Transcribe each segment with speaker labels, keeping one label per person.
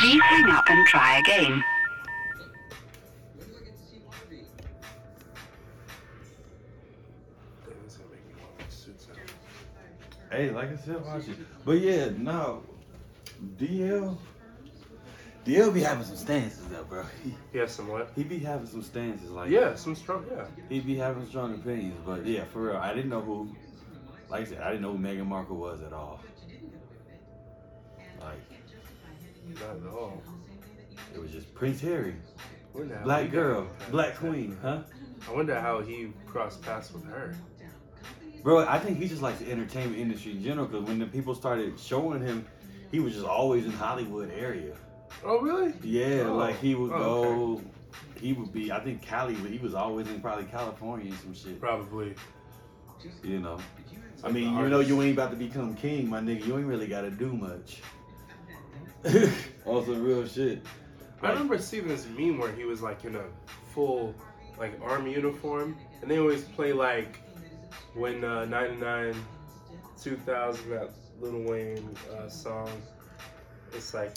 Speaker 1: Please hang up and try again.
Speaker 2: When do I get to see Harvey?
Speaker 3: Hey, like I said, watch it. But yeah, no, DL, DL be having some stances though, bro. He,
Speaker 4: Yeah, somewhat.
Speaker 3: he be having some stances like
Speaker 4: Yeah, some strong. Yeah.
Speaker 3: He be having strong opinions, but yeah, for real, I didn't know who. Like I said, I didn't know who Meghan Markle was at all. Like
Speaker 4: Not at all.
Speaker 3: it was just Prince Harry,
Speaker 4: Wonder how he
Speaker 3: black
Speaker 4: got
Speaker 3: girl,
Speaker 4: compared
Speaker 3: black
Speaker 4: to that.
Speaker 3: queen, huh?
Speaker 4: I wonder how he crossed paths with her.
Speaker 3: Bro, I think he just likes the entertainment industry in general. Cause when the people started showing him, he was just always in Hollywood area.
Speaker 4: Oh, really?
Speaker 3: Yeah,
Speaker 4: Oh.
Speaker 3: like he would
Speaker 4: Oh,
Speaker 3: go. He would be. I think Cali. He was always in probably California and some shit.
Speaker 4: Probably.
Speaker 3: You know. I
Speaker 4: like
Speaker 3: mean,
Speaker 4: the
Speaker 3: even though you
Speaker 4: artist.
Speaker 3: ain't about to become king, my nigga, you ain't really got to do much. On some real shit.
Speaker 4: I remember seeing this meme where he was like in a full like army uniform, and they always play like when uh, '99, 2000, that Lil Wayne uh, song. It's like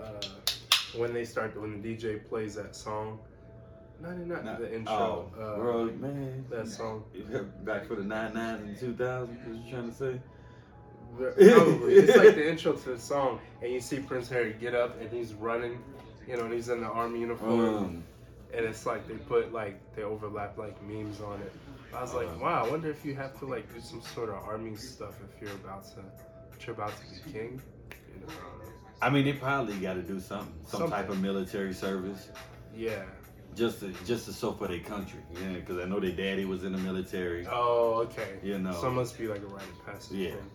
Speaker 4: uh, when they start when the DJ plays that song. '99,
Speaker 3: Not-
Speaker 4: the intro.
Speaker 3: Oh,
Speaker 4: uh,
Speaker 3: bro, man.
Speaker 4: That song.
Speaker 3: Back for the nine nines and two thousand. What you trying to say?
Speaker 4: Probably. it's like the intro to the song, and you see Prince Harry get up and he's running, you know, and he's in the army uniform,
Speaker 3: Um,
Speaker 4: and it's like they put like they overlap like memes on it. I was
Speaker 3: Uh-huh.
Speaker 4: like, wow, I wonder if you have to like do some sort of army stuff if you're about to, if you're about to be king. You know, I don't know.
Speaker 3: I mean, they probably got to do something, some
Speaker 4: Something.
Speaker 3: type of military service,
Speaker 4: Yeah.
Speaker 3: just to, just to so for their country. Yeah, because I know their daddy was in the military.
Speaker 4: Oh, okay.
Speaker 3: You know.
Speaker 4: So it must be like a rite of passage.
Speaker 3: Yeah.
Speaker 4: thing.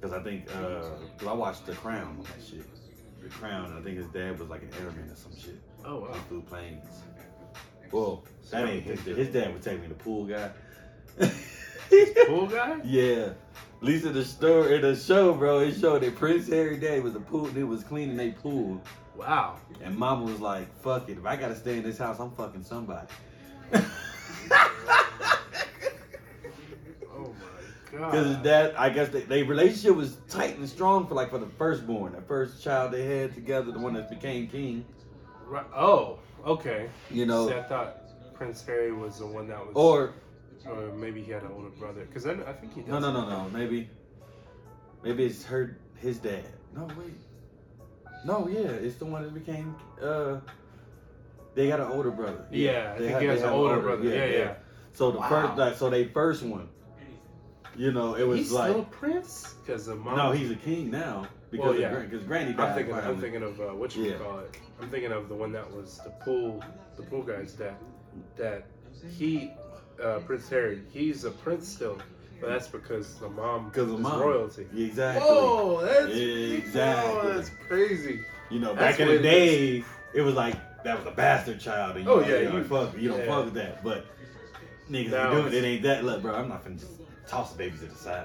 Speaker 3: Because I think, uh, 'cause I watched The Crown on that shit. The Crown, I think his dad was like an airman or some shit.
Speaker 4: Oh wow.
Speaker 3: He flew planes. Well, that ain't his dad. His dad would take me to pool guy.
Speaker 4: Cool guy.
Speaker 3: yeah. At least in the story, in the show, bro, it showed that Prince Harry Day was a pool, they was cleaning their pool.
Speaker 4: Wow.
Speaker 3: And mama was like, fuck it, if I gotta stay in this house, I'm fucking somebody.
Speaker 4: Oh my god.
Speaker 3: Because his dad, I guess they, they relationship was tight and strong for like for the firstborn, the first child they had together, the one that became king.
Speaker 4: Ri- Oh, okay.
Speaker 3: You know,
Speaker 4: See, I thought Prince Harry was the one that was.
Speaker 3: or
Speaker 4: Or maybe he had an older brother. Because I, I think he does.
Speaker 3: No, no, no, no. Maybe, maybe it's her, his dad. No, wait. No, yeah, it's the one that became. uh They got an older brother.
Speaker 4: Yeah, I
Speaker 3: they
Speaker 4: think
Speaker 3: had-
Speaker 4: he
Speaker 3: they
Speaker 4: has
Speaker 3: had
Speaker 4: an older, brother. Yeah, yeah.
Speaker 3: So the
Speaker 4: Wow.
Speaker 3: first, like, so they first one. You know, it was
Speaker 4: he's
Speaker 3: like
Speaker 4: still Prince? Because the mom.
Speaker 3: no, he's a king now because
Speaker 4: Well, yeah.
Speaker 3: because Granny died.
Speaker 4: I'm thinking, I'm
Speaker 3: finally.
Speaker 4: thinking of uh, what you
Speaker 3: Yeah.
Speaker 4: call it. I'm thinking of the one that was the pool, the pool guy's dad. That he, uh, Prince Harry, he's a prince still, but that's because the mom
Speaker 3: Because of
Speaker 4: is
Speaker 3: mom.
Speaker 4: royalty.
Speaker 3: Yeah, Exactly.
Speaker 4: Whoa, that's
Speaker 3: Exactly.
Speaker 4: whoa, that's crazy.
Speaker 3: You know,
Speaker 4: That's
Speaker 3: back in the
Speaker 4: what it
Speaker 3: day, it was like that was a bastard child. And you
Speaker 4: Oh,
Speaker 3: know,
Speaker 4: yeah,
Speaker 3: you, don't
Speaker 4: you-
Speaker 3: fuck, you don't
Speaker 4: yeah.
Speaker 3: fuck with that. But niggas
Speaker 4: Now
Speaker 3: ain't doing it.
Speaker 4: it's-
Speaker 3: It ain't that. Look, bro, I'm not finna just toss the baby to the side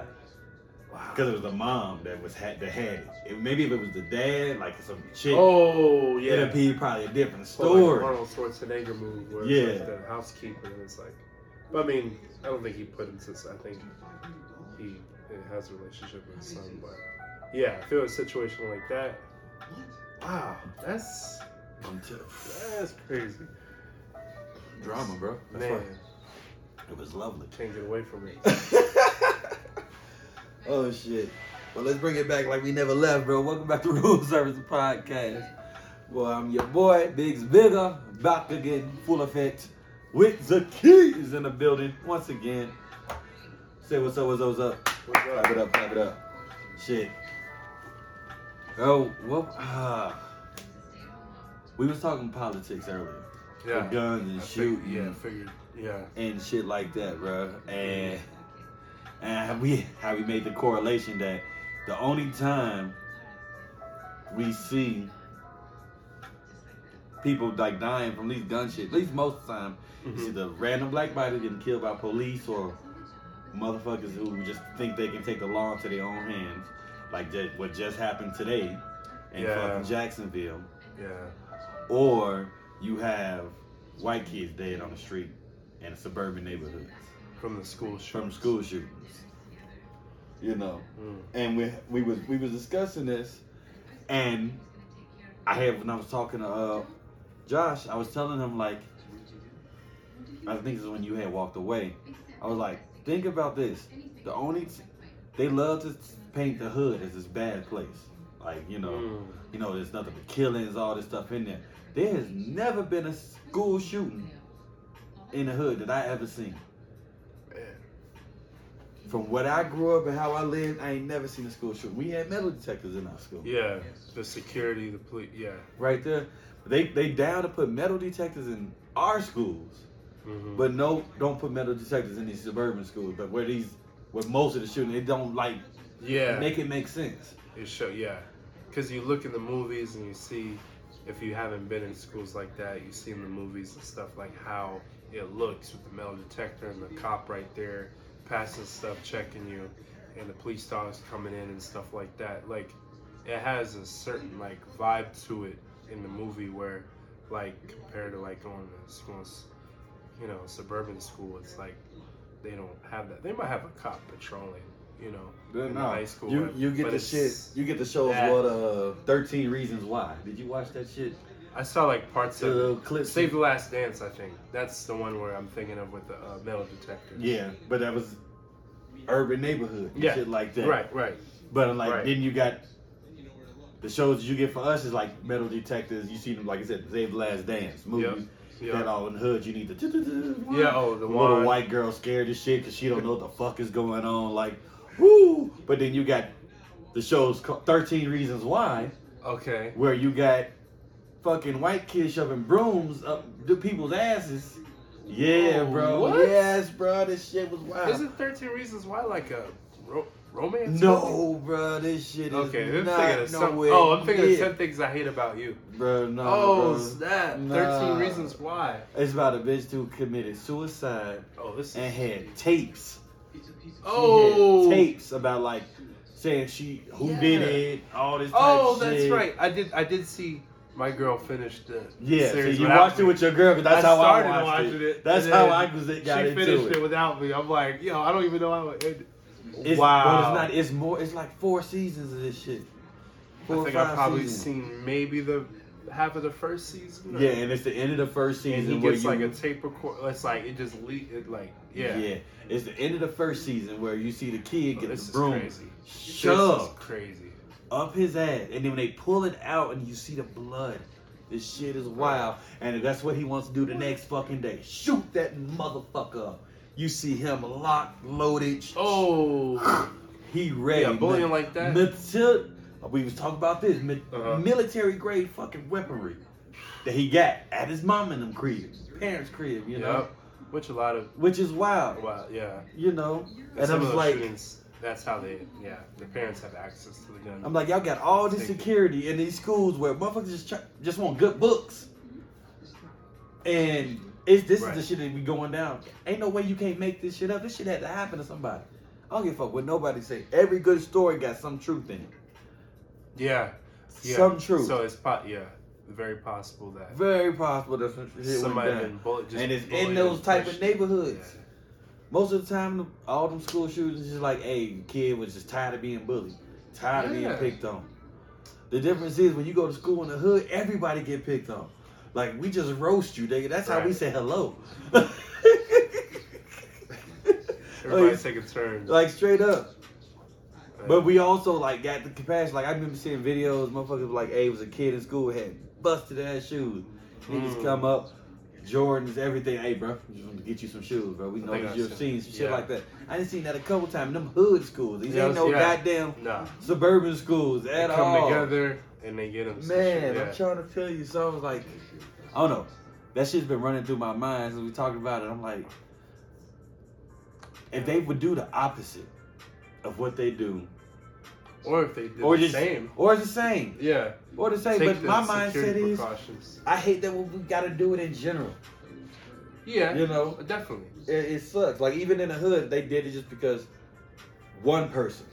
Speaker 4: Wow.
Speaker 3: because it was the mom that was had that had it. If- maybe if it was the dad, like some chick,
Speaker 4: Oh yeah.
Speaker 3: it'd be probably a different
Speaker 4: Well, like
Speaker 3: story.
Speaker 4: Arnold Schwarzenegger movie where it's
Speaker 3: Yeah.
Speaker 4: like the housekeeper and it's like, but I mean, I don't think he put him since I think he, he has a relationship with his son, but yeah, if it was a situation like that, wow, that's
Speaker 3: I'm t-
Speaker 4: that's crazy,
Speaker 3: Drama, bro. That's
Speaker 4: man,
Speaker 3: why- It was lovely.
Speaker 4: can't get away from it.
Speaker 3: oh shit. Well, let's bring it back like we never left, bro. Welcome back to Rule Service Podcast. Well, I'm your boy, Biggs Bigger, back again, full effect, with the keys in the building once again. Say what's up, what's up, what's up.
Speaker 4: What's
Speaker 3: Clap it
Speaker 4: up?
Speaker 3: up, clap it up. Shit. Oh, well, ah. we was talking politics earlier.
Speaker 4: Yeah,
Speaker 3: The guns and
Speaker 4: I
Speaker 3: shooting
Speaker 4: fig- yeah, I figured, yeah,
Speaker 3: and shit like that, bro. And and how we how we made the correlation that the only time we see people like dying from these gun shit, at least most of the time, is
Speaker 4: Mhm.
Speaker 3: either random black bodies getting killed by police or motherfuckers who just think they can take the law into their own hands, like that, what just happened today in
Speaker 4: Yeah.
Speaker 3: fucking Jacksonville
Speaker 4: yeah,
Speaker 3: or you have white kids dead on the street in suburban neighborhoods
Speaker 4: from the school shoot.
Speaker 3: from school shootings. You know,
Speaker 4: Mm.
Speaker 3: and we we was we was discussing this, And I had when I was talking to uh, Josh, I was telling him like, I think this is when you had walked away. I was like, think about this. The only t- they love to paint the hood as this bad place. Like you know,
Speaker 4: Mm.
Speaker 3: you know, there's nothing but killings, all this stuff in there. There has never been a school shooting in the hood that I ever seen.
Speaker 4: Man.
Speaker 3: From what I grew up and how I lived, I ain't never seen a school shooting. We had metal detectors in our school.
Speaker 4: Yeah, the security, the police. Yeah.
Speaker 3: Right there. They they down to put metal detectors in our schools.
Speaker 4: Mhm.
Speaker 3: But no, don't put metal detectors in these suburban schools. But where these, where most of the shooting, they don't like
Speaker 4: yeah,
Speaker 3: make it make sense.
Speaker 4: it show yeah, because you look in the movies and you see if you haven't been in schools like that, you see in the movies and stuff like how it looks with the metal detector and the cop right there passing stuff, checking you, and the police dogs coming in and stuff like that. Like it has a certain like vibe to it in the movie where like compared to like going to schools, you know, suburban school, it's like they don't have that. They might have a cop patrolling, you know.
Speaker 3: But
Speaker 4: in
Speaker 3: no,
Speaker 4: high school,
Speaker 3: you
Speaker 4: but-
Speaker 3: you get
Speaker 4: but
Speaker 3: the
Speaker 4: it's-
Speaker 3: shit. You get the shows.
Speaker 4: that-
Speaker 3: What uh, Thirteen Reasons Why? Did you watch that shit?
Speaker 4: I saw like parts of
Speaker 3: The clip.
Speaker 4: Save the Last Dance. I think that's the one where I'm thinking of with the uh, metal detector.
Speaker 3: Yeah, but that was urban neighborhood. And
Speaker 4: Yeah,
Speaker 3: shit like that.
Speaker 4: Right, right.
Speaker 3: But I'm like
Speaker 4: Right.
Speaker 3: then you got the shows you get for us is like Metal Detectors. You see them like I said, Save the Last Dance movies.
Speaker 4: Yeah.
Speaker 3: That all in the hood. You need the
Speaker 4: yeah. Oh, the
Speaker 3: The little
Speaker 4: one.
Speaker 3: white girl scared as shit because she don't know what the fuck is going on. Like, whoo! But then you got the show's ca- 13 Reasons Why,
Speaker 4: Okay.
Speaker 3: where you got fucking white kids shoving brooms up the people's asses. Yeah,
Speaker 4: Whoa,
Speaker 3: bro.
Speaker 4: Oh, what?
Speaker 3: Yes, bro. This shit was wild.
Speaker 4: Isn't Thirteen Reasons Why like a ro- romance? movie?
Speaker 3: no, bro. This shit is
Speaker 4: Okay, I'm thinking
Speaker 3: not
Speaker 4: of some.
Speaker 3: nowhere
Speaker 4: Oh, I'm thinking of
Speaker 3: near.
Speaker 4: ten things I hate about you.
Speaker 3: Bro, no.
Speaker 4: oh
Speaker 3: bro.
Speaker 4: snap!
Speaker 3: Nah.
Speaker 4: Thirteen Reasons Why.
Speaker 3: It's about a bitch who committed suicide
Speaker 4: Oh, this is.
Speaker 3: and had tapes.
Speaker 4: oh.
Speaker 3: She had tapes about like saying she who
Speaker 4: Yeah.
Speaker 3: did it, all this. Type
Speaker 4: Oh,
Speaker 3: of
Speaker 4: that's
Speaker 3: shit.
Speaker 4: right. I did. I did see my girl finish the
Speaker 3: Yeah, so
Speaker 4: series
Speaker 3: you
Speaker 4: without
Speaker 3: watched it
Speaker 4: me.
Speaker 3: with your girl because that's
Speaker 4: I
Speaker 3: how
Speaker 4: started
Speaker 3: I watched
Speaker 4: watching
Speaker 3: it.
Speaker 4: it,
Speaker 3: That's
Speaker 4: and then
Speaker 3: how I was it got
Speaker 4: she
Speaker 3: into
Speaker 4: finished
Speaker 3: it.
Speaker 4: it. without me. I'm like, yo, I don't even know how it ended.
Speaker 3: It's,
Speaker 4: wow.
Speaker 3: But it's not. It's more. It's like four seasons of this shit. Four
Speaker 4: I
Speaker 3: or
Speaker 4: think
Speaker 3: five
Speaker 4: I've probably
Speaker 3: seasons.
Speaker 4: seen maybe the half of the first season. or-
Speaker 3: Yeah, and it's the end of the first
Speaker 4: and
Speaker 3: season
Speaker 4: he
Speaker 3: where
Speaker 4: gets
Speaker 3: you
Speaker 4: like a tape record. It's like it just le- it like yeah.
Speaker 3: yeah. It's the end of the first season where you see the kid
Speaker 4: Oh,
Speaker 3: get
Speaker 4: this
Speaker 3: the
Speaker 4: is
Speaker 3: broom
Speaker 4: crazy. This is
Speaker 3: shoved
Speaker 4: crazy.
Speaker 3: up his ass, and then when they pull it out and you see the blood, this shit is wild, and that's what he wants to do the next fucking day. Shoot that motherfucker up. You see him locked, loaded.
Speaker 4: Oh,
Speaker 3: He ready.
Speaker 4: Yeah, bullying
Speaker 3: man.
Speaker 4: like that.
Speaker 3: Matil- we was talking about this mi-
Speaker 4: Uh-huh.
Speaker 3: military grade fucking weaponry that he got at his mom and them crib, parents crib, you know,
Speaker 4: Yup. Which a lot of
Speaker 3: which is wild,
Speaker 4: well, yeah.
Speaker 3: you know. And
Speaker 4: some
Speaker 3: I'm
Speaker 4: of those
Speaker 3: like,
Speaker 4: shootings, that's how they yeah. The parents have access to the gun.
Speaker 3: I'm like, y'all got all this
Speaker 4: Thank you.
Speaker 3: security in these schools where motherfuckers just try- just want good books, and it's this
Speaker 4: Right.
Speaker 3: is the shit that be going down. Ain't no way you can't make this shit up. This shit had to happen to somebody. I don't give a fuck what nobody say. Every good story got some truth in it.
Speaker 4: yeah, yeah.
Speaker 3: Some truth.
Speaker 4: So it's po- yeah, very possible that
Speaker 3: Very possible that some shit
Speaker 4: somebody
Speaker 3: went down.
Speaker 4: been bullied. Just
Speaker 3: and it's in
Speaker 4: bullied
Speaker 3: those
Speaker 4: and
Speaker 3: type of
Speaker 4: pushed.
Speaker 3: neighborhoods.
Speaker 4: Yeah.
Speaker 3: Most of the time, all them school shootings is just like, hey, kid was just tired of being bullied, tired
Speaker 4: Yeah.
Speaker 3: of being picked on. The difference is when you go to school in the hood, everybody get picked on. Like we just roast you, nigga. That's how we
Speaker 4: Right.
Speaker 3: say hello.
Speaker 4: Everybody's
Speaker 3: like,
Speaker 4: taking turns.
Speaker 3: like, straight up.
Speaker 4: Like,
Speaker 3: But we also like got the capacity. Like I remember seeing videos, motherfuckers like, hey, was a kid in school had busted ass shoes. Niggas
Speaker 4: Mm.
Speaker 3: come up, Jordans, everything. Hey, bro, just want to get you some shoes, bro. We know
Speaker 4: think
Speaker 3: that
Speaker 4: I
Speaker 3: you've
Speaker 4: seen-
Speaker 3: seen some shit
Speaker 4: yeah.
Speaker 3: like that. I done seen that a couple times. Them hood schools. These
Speaker 4: Yeah,
Speaker 3: ain't no
Speaker 4: yeah.
Speaker 3: goddamn
Speaker 4: nah,
Speaker 3: suburban schools
Speaker 4: they
Speaker 3: at
Speaker 4: come
Speaker 3: all.
Speaker 4: together and they get them.
Speaker 3: Man, I'm trying to tell you something. Like, I don't know. That shit's been running through my mind since we talking about it. I'm like, if they would do the opposite of what they do,
Speaker 4: or if they did
Speaker 3: or
Speaker 4: the
Speaker 3: just
Speaker 4: same.
Speaker 3: or it's the same,
Speaker 4: Yeah,
Speaker 3: or the same.
Speaker 4: take
Speaker 3: but
Speaker 4: the
Speaker 3: my mindset
Speaker 4: security
Speaker 3: is,
Speaker 4: precautions.
Speaker 3: I hate that we got to do it in general.
Speaker 4: Yeah,
Speaker 3: You know?
Speaker 4: definitely.
Speaker 3: it, it sucks. Like even in the hood, they did it just because one person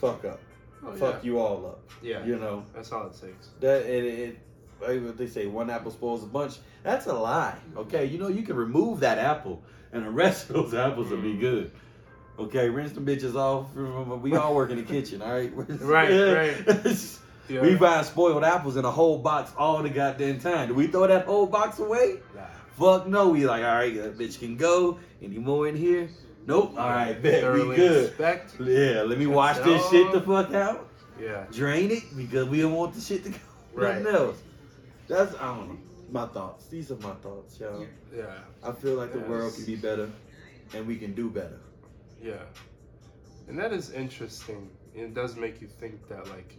Speaker 3: fuck up,
Speaker 4: Oh,
Speaker 3: fuck you all up.
Speaker 4: yeah. yeah,
Speaker 3: You know
Speaker 4: that's all it takes.
Speaker 3: that and it. it like what they say one apple spoils a bunch. That's a lie. Okay, you know you can remove that apple, and the rest of those apples will be
Speaker 4: Mm.
Speaker 3: good. Okay, rinse them bitches off. Remember, we all work in the kitchen. All right,
Speaker 4: Right, right. Yeah.
Speaker 3: We find spoiled apples in a whole box all the goddamn time. Do we throw that whole box away?
Speaker 4: Nah.
Speaker 3: Fuck no. We like, all right, that bitch can go. Any more in here? Nope. All right, bet we
Speaker 4: Thoroughly
Speaker 3: good.
Speaker 4: inspect.
Speaker 3: Yeah, let me
Speaker 4: That's
Speaker 3: wash this
Speaker 4: all.
Speaker 3: shit the fuck out.
Speaker 4: Yeah.
Speaker 3: Drain it because we don't want the shit to go.
Speaker 4: Right.
Speaker 3: Nothing else. That's I don't know. My thoughts. These are my thoughts, y'all.
Speaker 4: Yeah.
Speaker 3: I feel like the world
Speaker 4: Yes.
Speaker 3: can be better, and we can do better.
Speaker 4: Yeah. And that is interesting. It does make you think that like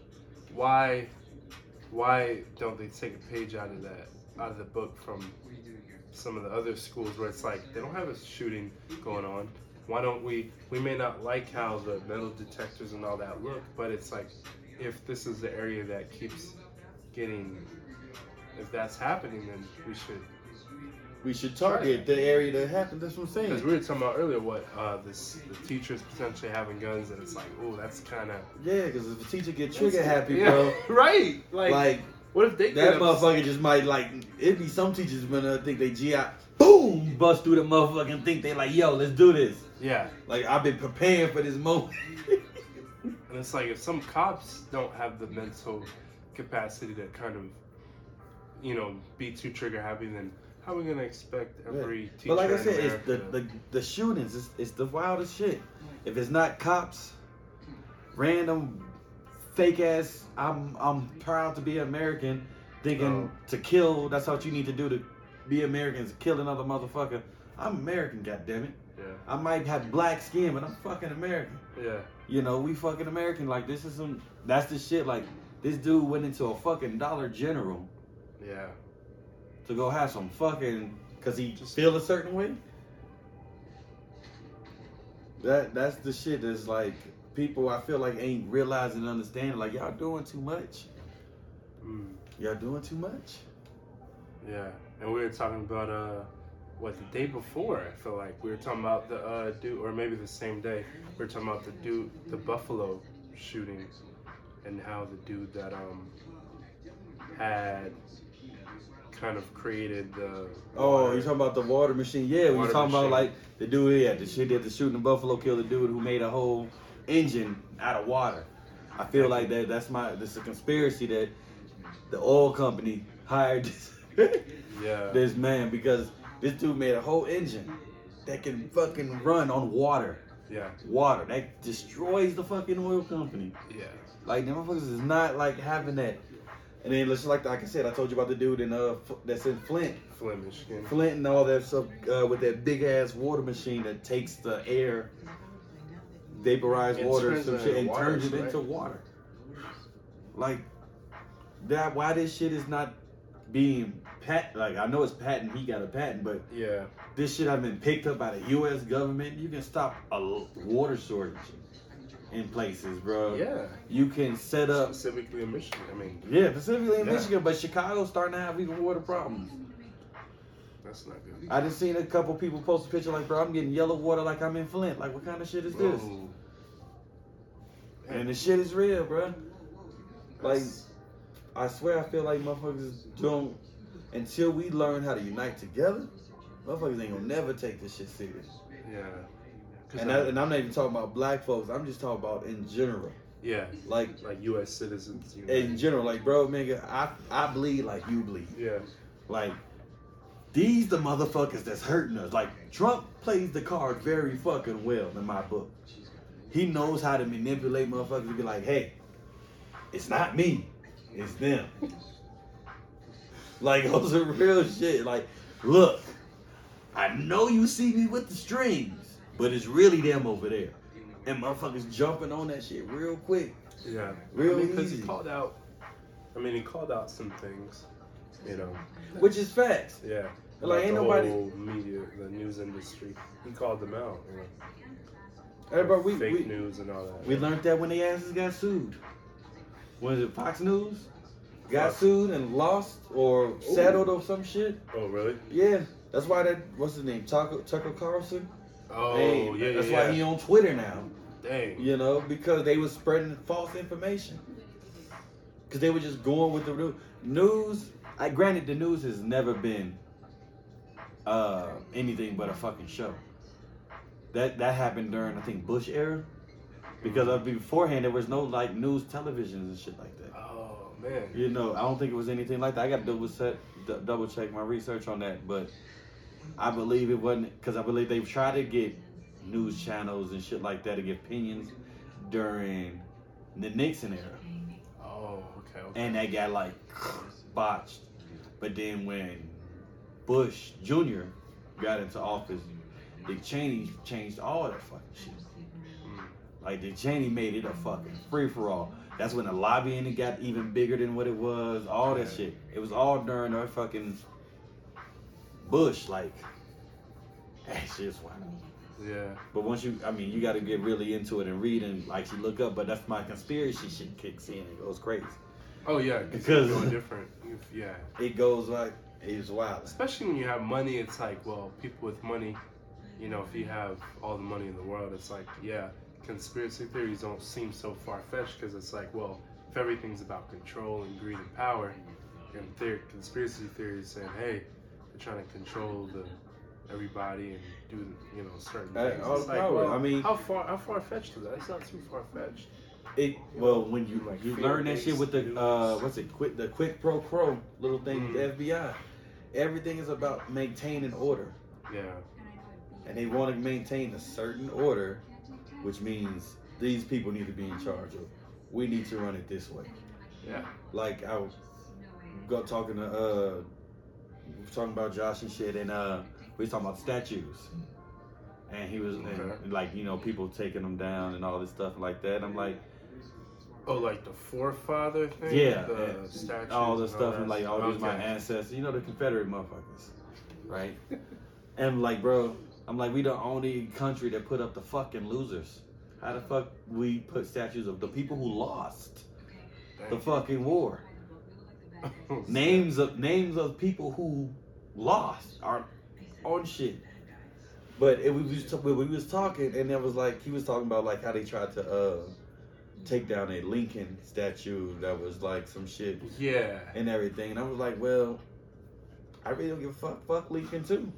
Speaker 4: why why don't they take a page out of that out of the book from some of the other schools where it's like they don't have a shooting going on. Why don't we we may not like how the metal detectors and all that look, but it's like if this is the area that keeps getting if that's happening then we should
Speaker 3: We should target the area that happened. That's what I'm
Speaker 4: Because
Speaker 3: saying.
Speaker 4: we were talking about earlier what uh, this, the teachers potentially having guns, and it's like, oh, that's kind of
Speaker 3: Yeah, because if the teacher get trigger happy,
Speaker 4: yeah,
Speaker 3: bro,
Speaker 4: right? Like,
Speaker 3: like
Speaker 4: what if they
Speaker 3: that
Speaker 4: get
Speaker 3: motherfucker just might like. It be some teachers gonna think they GI boom bust through the motherfucking think they like, yo, let's do this.
Speaker 4: Yeah,
Speaker 3: Like I've been preparing for this moment.
Speaker 4: and it's like if some cops don't have the mental capacity to kind of, you know, be too trigger happy, then how are we gonna expect every teacher?
Speaker 3: But like I
Speaker 4: in
Speaker 3: said, it's the,
Speaker 4: America-
Speaker 3: the the shootings. It's, it's the wildest shit. If it's not cops, random fake ass. I'm I'm proud to be American.
Speaker 4: Oh.
Speaker 3: Thinking to kill. That's what you need to do to be Americans. Kill another motherfucker. I'm American. goddammit. it. I might have black skin, but I'm fucking American.
Speaker 4: yeah, yeah,
Speaker 3: You know, we fucking American. Like this is some. That's the shit. Like this dude went into a fucking Dollar General
Speaker 4: yeah,
Speaker 3: to go have some fucking because he
Speaker 4: Just-
Speaker 3: feel a certain way. That that's the shit that's like people I feel like ain't realizing and understanding like y'all doing too much.
Speaker 4: mm,
Speaker 3: Y'all doing too much.
Speaker 4: yeah. And we were talking about uh, what the day before. I feel like we were talking about the uh, dude, or maybe the same day. We were talking about the dude, the Buffalo shooting, and how the dude that um had kind of created the.
Speaker 3: Oh, you talking about the water machine? Yeah, we
Speaker 4: Water
Speaker 3: was talking about
Speaker 4: machine.
Speaker 3: like the dude yeah, the shit that the shooting in Buffalo killed the dude who made a whole engine out of water. I feel like that that's my this is a conspiracy that the oil company hired this
Speaker 4: Yeah.
Speaker 3: this man because this dude made a whole engine that can fucking run on water.
Speaker 4: yeah.
Speaker 3: Water that destroys the fucking oil company.
Speaker 4: Yeah.
Speaker 3: Like them motherfuckers is not like having that. And then it's like like I said, I told you about the dude in uh F- that's in Flint,
Speaker 4: Flemish. skin.
Speaker 3: Flint and all that stuff uh, with that big ass water machine that takes the air, vaporized
Speaker 4: And
Speaker 3: water,
Speaker 4: turns
Speaker 3: some
Speaker 4: it
Speaker 3: shit,
Speaker 4: into
Speaker 3: and
Speaker 4: water,
Speaker 3: turns it
Speaker 4: right?
Speaker 3: into water. Like that. Why this shit is not being pat? Like I know it's patent. He got a patent, but
Speaker 4: Yeah.
Speaker 3: this shit have been picked up by the U.S. government. You can stop a l- water shortage in places, bro.
Speaker 4: Yeah.
Speaker 3: You can set up.
Speaker 4: Specifically in Michigan. I mean,
Speaker 3: Yeah, specifically in
Speaker 4: Yeah.
Speaker 3: Michigan, but Chicago's starting to have even water problems.
Speaker 4: that's not good.
Speaker 3: I just seen a couple people post a picture like, bro, I'm getting yellow water like I'm in Flint. Like, what kind of shit is this?
Speaker 4: Whoa.
Speaker 3: And the shit is real, bro. Like,
Speaker 4: That's-
Speaker 3: I swear, I feel like motherfuckers don't. Until we learn how to unite together, motherfuckers ain't gonna never take this shit serious.
Speaker 4: yeah. 'Cause
Speaker 3: And,
Speaker 4: I-
Speaker 3: I, and I'm not even talking about black folks. I'm just talking about in general.
Speaker 4: yeah,
Speaker 3: Like
Speaker 4: like U.S. citizens. You know?
Speaker 3: in general, like bro, nigga, I I bleed like you bleed.
Speaker 4: yeah.
Speaker 3: Like these the motherfuckers that's hurting us. Like Trump plays the card very fucking well in my book. He knows how to manipulate motherfuckers to be like, hey, it's not me, it's them. like those are real shit. Like, look, I know you see me with the strings, but it's really them over there. And motherfuckers jumping on that shit real quick.
Speaker 4: Yeah,
Speaker 3: Real
Speaker 4: I mean, 'cause
Speaker 3: easy.
Speaker 4: he called out. I mean, he called out some things, you know.
Speaker 3: Which is facts.
Speaker 4: Yeah, about
Speaker 3: Like, ain't
Speaker 4: the
Speaker 3: nobody-
Speaker 4: whole media, the news industry. He called them out. You know,
Speaker 3: Hey, bro, we,
Speaker 4: fake
Speaker 3: we,
Speaker 4: news and all that.
Speaker 3: We learned that when they asses got sued. Was it Fox News? Got
Speaker 4: Fox.
Speaker 3: sued and lost or settled or some shit.
Speaker 4: oh really?
Speaker 3: Yeah, that's why that what's his name Tucker Tucker Carlson.
Speaker 4: Oh
Speaker 3: Hey,
Speaker 4: yeah,
Speaker 3: that's
Speaker 4: yeah,
Speaker 3: why he
Speaker 4: yeah.
Speaker 3: on Twitter now.
Speaker 4: Dang.
Speaker 3: You know because they was spreading false information. Because they were just going with the news. News. I granted the news has never been uh anything but a fucking show. That that happened during I think Bush era. because of beforehand there was no like news televisions and shit like that.
Speaker 4: Oh man.
Speaker 3: You know, I don't think it was anything like that. I got to double set, d- double check my research on that, but I believe it wasn't because I believe they've tried to get news channels and shit like that to get opinions during the Nixon era,
Speaker 4: Oh okay. okay.
Speaker 3: and that got like botched. But then when Bush Jr. got into office, Dick Cheney changed all that fucking shit. Like Dick Cheney made it a fucking free for all. That's when the lobbying it got even bigger than what it was. All that shit. It was all during our fucking Bush. Like that shit's wild.
Speaker 4: Yeah.
Speaker 3: But once you, I mean, you got to get really into it and read and like you look up. But that's my conspiracy shit kicks in. It goes crazy.
Speaker 4: Oh yeah. Because
Speaker 3: Because-
Speaker 4: you're different. you yeah.
Speaker 3: It goes like it's wild.
Speaker 4: Especially when you have money, it's like well, people with money, you know, if you have all the money in the world, it's like yeah, conspiracy theories don't seem so far fetched because it's like well, if everything's about control and greed and power, and theor conspiracy theories saying hey, they're trying to control the everybody and do you know certain
Speaker 3: Hey,
Speaker 4: things.
Speaker 3: oh,
Speaker 4: It's like,
Speaker 3: no,
Speaker 4: well,
Speaker 3: I mean-
Speaker 4: how far how far fetched is that? It's not too far fetched.
Speaker 3: It well when you
Speaker 4: Like
Speaker 3: you learn that shit with the
Speaker 4: fear-based
Speaker 3: uh
Speaker 4: news.
Speaker 3: what's it quick the quick pro pro little thing
Speaker 4: Mm.
Speaker 3: the FBI. Everything is about maintaining order.
Speaker 4: Yeah.
Speaker 3: and they want to maintain a certain order, which means these people need to be in charge of. We need to run it this way.
Speaker 4: Yeah.
Speaker 3: Like I was go talking to uh we were talking about Josh and shit, and uh we was talking about statues, and he was
Speaker 4: Okay.
Speaker 3: and, like you know people taking them down and all this stuff like that. I'm like
Speaker 4: Oh, like the forefather thing.
Speaker 3: yeah,
Speaker 4: The
Speaker 3: and
Speaker 4: statues
Speaker 3: all the
Speaker 4: and
Speaker 3: stuff
Speaker 4: that
Speaker 3: and like all these my
Speaker 4: Okay.
Speaker 3: ancestors, you know the Confederate motherfuckers, right? And like, bro, I'm like, we the only country that put up the fucking losers. How the fuck we put statues of the people who lost the
Speaker 4: Dang.
Speaker 3: fucking war? Oh, Names of names of people who lost are on shit. But it, we was t- we was talking, and it was like he was talking about like how they tried to uh, take down a Lincoln statue that was like some shit
Speaker 4: Yeah.
Speaker 3: and everything. And I was like, well, I really don't give a fuck. Fuck Lincoln too.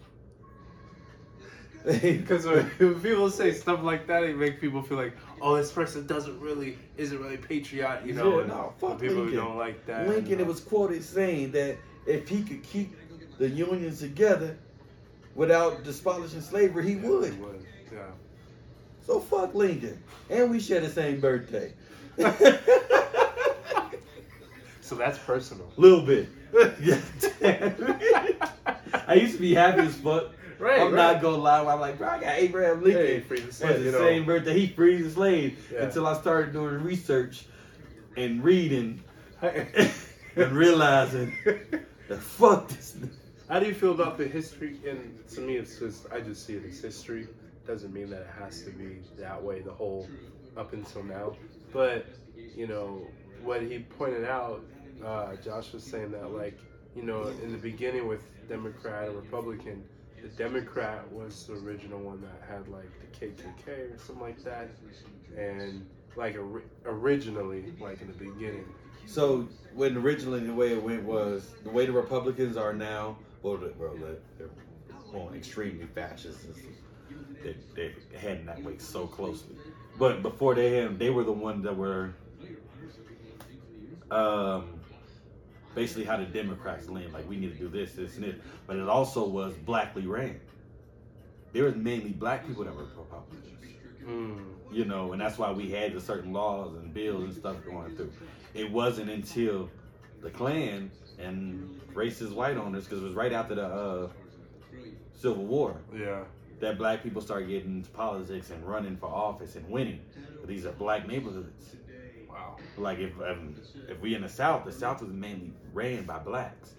Speaker 4: Because when when people say stuff like that, it make people feel like, oh, this person doesn't really isn't really patriotic, you know?
Speaker 3: Yeah,
Speaker 4: and
Speaker 3: no, fuck
Speaker 4: people who
Speaker 3: Lincoln.
Speaker 4: don't like that.
Speaker 3: Lincoln,
Speaker 4: you
Speaker 3: it
Speaker 4: know.
Speaker 3: was quoted saying that if he could keep the Union together without demolishing slavery, he
Speaker 4: Yeah,
Speaker 3: would.
Speaker 4: he would, Yeah.
Speaker 3: So fuck Lincoln. And we share the same birthday.
Speaker 4: So that's personal.
Speaker 3: Little bit. Yeah. I used to be happy as fuck.
Speaker 4: Right.
Speaker 3: I'm not gonna lie. I'm like, bro, I got Abraham Lincoln.
Speaker 4: Hey, free the slave,
Speaker 3: That's
Speaker 4: you
Speaker 3: the
Speaker 4: know.
Speaker 3: same birthday. He freed the slaves
Speaker 4: Yeah.
Speaker 3: until I started doing research and reading and
Speaker 4: Hey.
Speaker 3: realizing the fuck this. n-
Speaker 4: How do you feel about the history? And to me, it's just I just see it as history. Doesn't mean that it has to be that way the whole up until now. But you know what he pointed out, uh, Josh was saying that like you know in the beginning with Democrat and Republican, the Democrat was the original one that had like the KKK or something like that, and like ori- originally like in the beginning.
Speaker 3: So when originally the way it went was the way the Republicans are now. Well, the- well, the- they're going extremely fascist. It's- They they heading that way so closely. But before they had, they were the ones that were um, basically how the Democrats leaned, like we need to do this, this, and this. But it also was blackly ran. There was mainly black people that were Republicans,
Speaker 4: Mm,
Speaker 3: you know, and that's why we had the certain laws and bills and stuff going through. It wasn't until the Klan and racist white owners, because it was right after the uh, Civil War,
Speaker 4: yeah.
Speaker 3: that black people started getting into politics and running for office and winning. But these are black neighborhoods.
Speaker 4: Wow.
Speaker 3: Like if um, if we in the South, the South was mainly ran by blacks.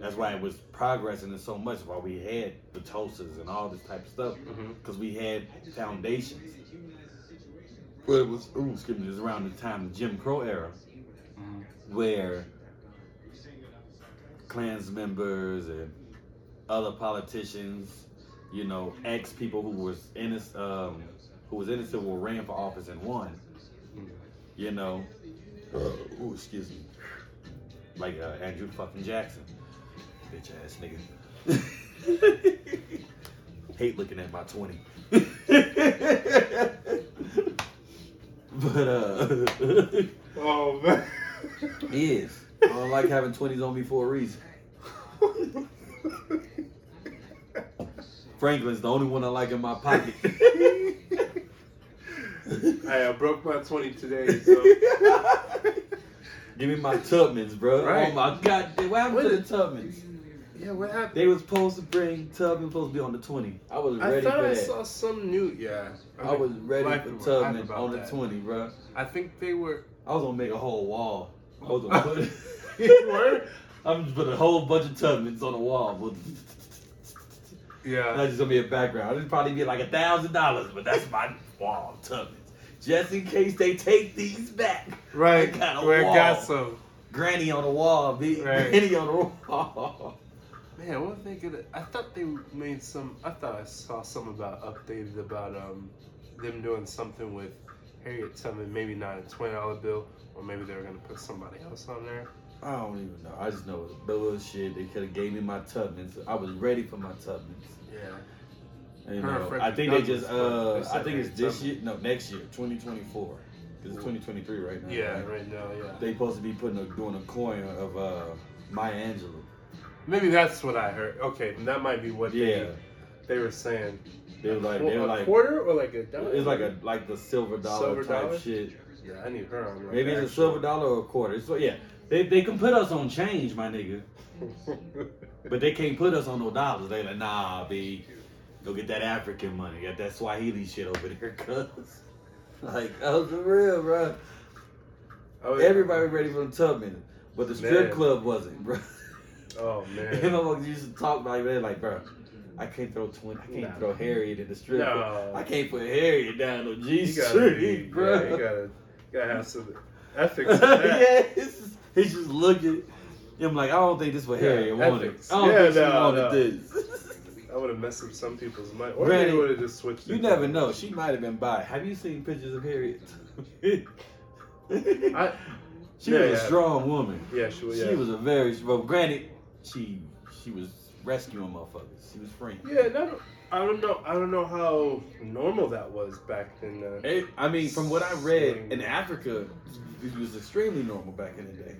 Speaker 3: That's why it was progressing in so much. Why we had the Tulsas and all this type of stuff
Speaker 4: hmm
Speaker 3: because we had foundations. Well, it was ooh, excuse me, it was around the time of Jim Crow era
Speaker 4: Mm.
Speaker 3: where Klans members and other politicians, you know, ex people who was innocent, um, who was innocent, were ran for office and won.
Speaker 4: Mm.
Speaker 3: You know, uh, ooh, excuse me, like uh, Andrew fucking Jackson, bitch ass nigga. Hate looking at my twenty. But uh,
Speaker 4: Oh man.
Speaker 3: it is. I don't like having twenties on me for a reason. Franklin's the only one I like in my pocket.
Speaker 4: I uh, broke my twenty today. So.
Speaker 3: Give me my Tubmans, bro.
Speaker 4: Right.
Speaker 3: Oh my god, dude, what happened
Speaker 4: What
Speaker 3: to
Speaker 4: is-
Speaker 3: the Tubmans?
Speaker 4: yeah, what happened?
Speaker 3: They was supposed to bring Tubman supposed to be on the twenty. I was
Speaker 4: I
Speaker 3: ready
Speaker 4: thought
Speaker 3: for
Speaker 4: I
Speaker 3: that.
Speaker 4: saw some new. Yeah,
Speaker 3: I was ready
Speaker 4: Black
Speaker 3: for
Speaker 4: people were hype
Speaker 3: Tubman
Speaker 4: about
Speaker 3: on the
Speaker 4: that.
Speaker 3: twenty, bro.
Speaker 4: I think they were.
Speaker 3: I was gonna make a whole wall. I was gonna put.
Speaker 4: You were?
Speaker 3: I'm just put a whole bunch of Tubmans on the wall.
Speaker 4: Yeah.
Speaker 3: That's just gonna be a background. It'd probably be like a thousand dollars, but that's my wall of Tubmans. Just in case they take these back.
Speaker 4: Right.
Speaker 3: I got a
Speaker 4: Where I got
Speaker 3: wall.
Speaker 4: some.
Speaker 3: Granny on the wall, big
Speaker 4: Right.
Speaker 3: Granny on the wall.
Speaker 4: Man, what they gonna? I thought they made some. I thought I saw some about updated about um them doing something with Harriet Tubman. Maybe not a twenty dollar bill, or maybe they were gonna put somebody else on there.
Speaker 3: I don't even know. I just know it was bullshit. They could have gave me my Tubmans. I was ready for my Tubmans.
Speaker 4: Yeah.
Speaker 3: You
Speaker 4: Her
Speaker 3: know,
Speaker 4: friend
Speaker 3: I think they
Speaker 4: Douglas,
Speaker 3: just.
Speaker 4: but they
Speaker 3: Uh, I
Speaker 4: said
Speaker 3: think
Speaker 4: they
Speaker 3: it's this
Speaker 4: Tubman.
Speaker 3: year. No, next year, 2024. 'Cause it's 2023 right now.
Speaker 4: Yeah.
Speaker 3: right?
Speaker 4: Right now, yeah.
Speaker 3: They supposed to be putting a, doing a coin of uh, Maya Angelou.
Speaker 4: Maybe that's what I heard. Okay, that might be what
Speaker 3: Yeah,
Speaker 4: they, they were saying.
Speaker 3: they were like
Speaker 4: Well,
Speaker 3: they
Speaker 4: a
Speaker 3: were like
Speaker 4: quarter or like a dollar?
Speaker 3: it's like a like the silver dollar
Speaker 4: Silver
Speaker 3: type
Speaker 4: dollar?
Speaker 3: shit.
Speaker 4: Yeah, I need her on. Like
Speaker 3: Maybe it's a silver dollar or a quarter. So yeah, they they can put us on change, my nigga,
Speaker 4: dollar.
Speaker 3: but they can't put us on no dollars. They like nah, b, go get that African money, got that Swahili shit over there, cuz. Like, oh, for real, bro.
Speaker 4: oh, yeah.
Speaker 3: Everybody was ready for the Tubman, but the strip
Speaker 4: Man.
Speaker 3: club wasn't, bro.
Speaker 4: Oh
Speaker 3: And
Speaker 4: man.
Speaker 3: motherfuckers used to talk like that, like, bro, I can't throw twenty, I can't
Speaker 4: Nah.
Speaker 3: throw Harriet in the strip. club.
Speaker 4: no.
Speaker 3: I can't put Harriet down on G
Speaker 4: You gotta, be,
Speaker 3: Street,
Speaker 4: yeah, you
Speaker 3: bro.
Speaker 4: gotta, gotta have some ethics. in that.
Speaker 3: yeah, it's just, he's just looking. I'm like, I don't think this is what
Speaker 4: Yeah,
Speaker 3: Harriet wanted.
Speaker 4: ethics.
Speaker 3: I don't
Speaker 4: Yeah,
Speaker 3: think she
Speaker 4: no,
Speaker 3: wanted
Speaker 4: no.
Speaker 3: this.
Speaker 4: I would have messed up some people's mind, or
Speaker 3: Granted,
Speaker 4: they would have just switched.
Speaker 3: you
Speaker 4: it.
Speaker 3: never know. She might have been bi. Have you seen pictures of Harriet?
Speaker 4: I,
Speaker 3: she
Speaker 4: Yeah,
Speaker 3: was a
Speaker 4: yeah.
Speaker 3: strong woman.
Speaker 4: yeah, she, was- yeah.
Speaker 3: She was a very strong. Granted, she she was rescuing motherfuckers. She was free.
Speaker 4: Yeah, no, I don't know. I don't know how normal that was back then. Uh,
Speaker 3: It, I mean, from what I read in Africa, it was extremely normal back in the day.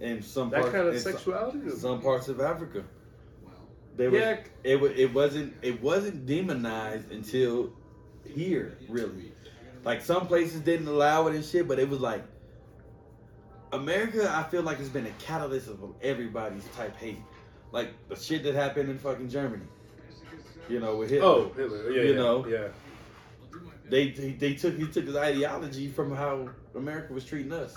Speaker 3: In some
Speaker 4: uh, that
Speaker 3: parts,
Speaker 4: kind of
Speaker 3: in some-
Speaker 4: sexuality.
Speaker 3: in
Speaker 4: was-
Speaker 3: some parts of Africa, they were
Speaker 4: yeah,
Speaker 3: it wa- it wasn't it wasn't demonized until here really like some places didn't allow it and shit but it was like america i feel like it's been a catalyst of everybody's type hate like the shit that happened in fucking germany you know with hitler
Speaker 4: Oh, Hitler. Yeah,
Speaker 3: You
Speaker 4: yeah,
Speaker 3: know.
Speaker 4: Yeah.
Speaker 3: they, they they took he took his ideology from how america was treating us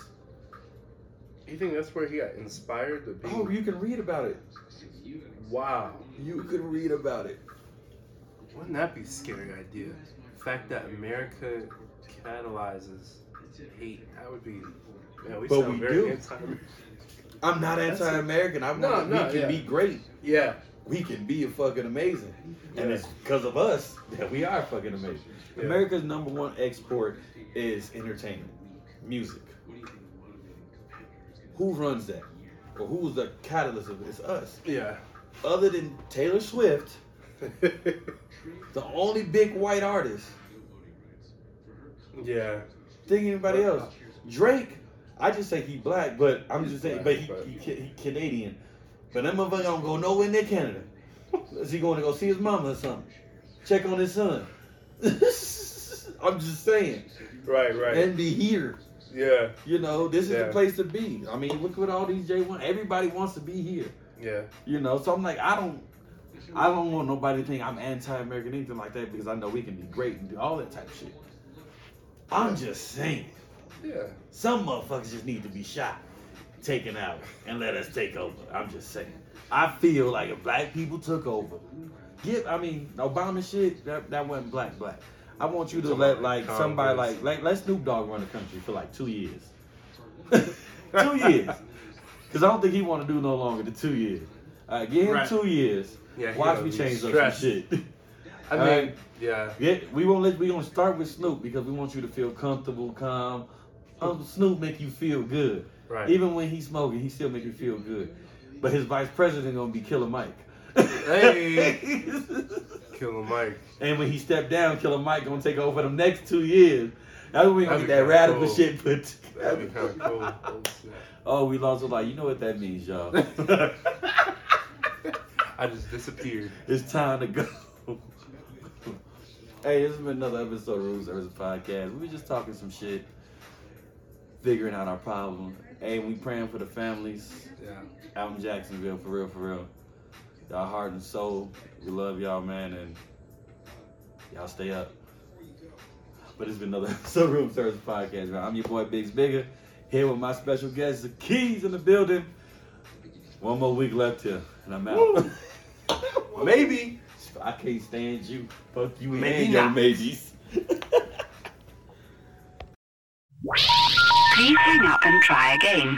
Speaker 4: You think that's where he got inspired to be?
Speaker 3: oh you can read about it
Speaker 4: wow.
Speaker 3: you could read about it
Speaker 4: Wouldn't that be a scary idea? The fact that America catalyzes hate, that would be. Man, we
Speaker 3: But
Speaker 4: sound
Speaker 3: we
Speaker 4: very
Speaker 3: do.
Speaker 4: anti-American.
Speaker 3: i'm not
Speaker 4: That's it.
Speaker 3: anti-american i want
Speaker 4: No,
Speaker 3: we
Speaker 4: no,
Speaker 3: can
Speaker 4: yeah.
Speaker 3: be great
Speaker 4: Yeah.
Speaker 3: we can be fucking amazing. And
Speaker 4: Yeah.
Speaker 3: it's because of us that we are fucking amazing.
Speaker 4: Yeah.
Speaker 3: America's number one export is entertainment, music. Who runs that? Or who was the catalyst of it? It's us.
Speaker 4: Yeah.
Speaker 3: Other than Taylor Swift, the only big white artist,
Speaker 4: yeah.
Speaker 3: think anybody else. Drake, I just say he black, but I'm just saying, but he, he, ca- he Canadian. But that motherfucker don't go nowhere near Canada. Is he going to go see his mama or something? Check on his son. I'm just saying,
Speaker 4: Right. Right.
Speaker 3: and be here.
Speaker 4: yeah.
Speaker 3: You know, this is
Speaker 4: Yeah.
Speaker 3: the place to be. I mean, look what all these J1. Everybody wants to be here.
Speaker 4: Yeah.
Speaker 3: You know, so I'm like, I don't, I don't want nobody to think I'm anti-American anything like that because I know we can be great and do all that type of shit. I'm just saying.
Speaker 4: Yeah.
Speaker 3: Some motherfuckers just need to be shot, taken out, and let us take over. I'm just saying. I feel like if black people took over, give I mean Obama shit that that wasn't black black. I want you to let like somebody like like let Snoop Dogg run the country for like two years, two years, because I don't think he want to do no longer than two years. Uh, give him
Speaker 4: Right.
Speaker 3: two years.
Speaker 4: Yeah, he
Speaker 3: Watch
Speaker 4: gonna
Speaker 3: me
Speaker 4: be
Speaker 3: change up some
Speaker 4: stressed.
Speaker 3: shit.
Speaker 4: I mean,
Speaker 3: Alright.
Speaker 4: yeah.
Speaker 3: Yeah, we won't let we gonna start with Snoop because we want you to feel comfortable, calm. Um, Snoop make you feel good.
Speaker 4: Right.
Speaker 3: Even when he's smoking, he still make you feel good. But his vice president gonna be Killer Mike.
Speaker 4: Hey. Killer Mike.
Speaker 3: and when he step down, Killer Mike gonna take over them next two years. That's when we gonna
Speaker 4: That'd
Speaker 3: get
Speaker 4: be
Speaker 3: that
Speaker 4: kinda
Speaker 3: radical
Speaker 4: cool.
Speaker 3: shit put.
Speaker 4: That'd be kind of cool. Oh,
Speaker 3: Oh, we lost a lot. You know what that means, y'all.
Speaker 4: snap. I just disappeared.
Speaker 3: it's time to go. hey, this has been another episode of Rules Earth Podcast. We were just talking some shit, figuring out our problem. Hey, we praying for the families
Speaker 4: Yeah.
Speaker 3: out in Jacksonville, for real, for real. Y'all heart and soul. We love y'all, man, and y'all stay up. But it's been another episode of Room Service Podcast, man. I'm your boy Biggs Bigger, here with my special guest, the Keys in the building. One more week left here, and I'm out.
Speaker 4: Maybe.
Speaker 3: I can't stand you. Fuck you
Speaker 4: Maybe
Speaker 3: and your
Speaker 4: not.
Speaker 3: maybes.
Speaker 1: Please hang up and try again.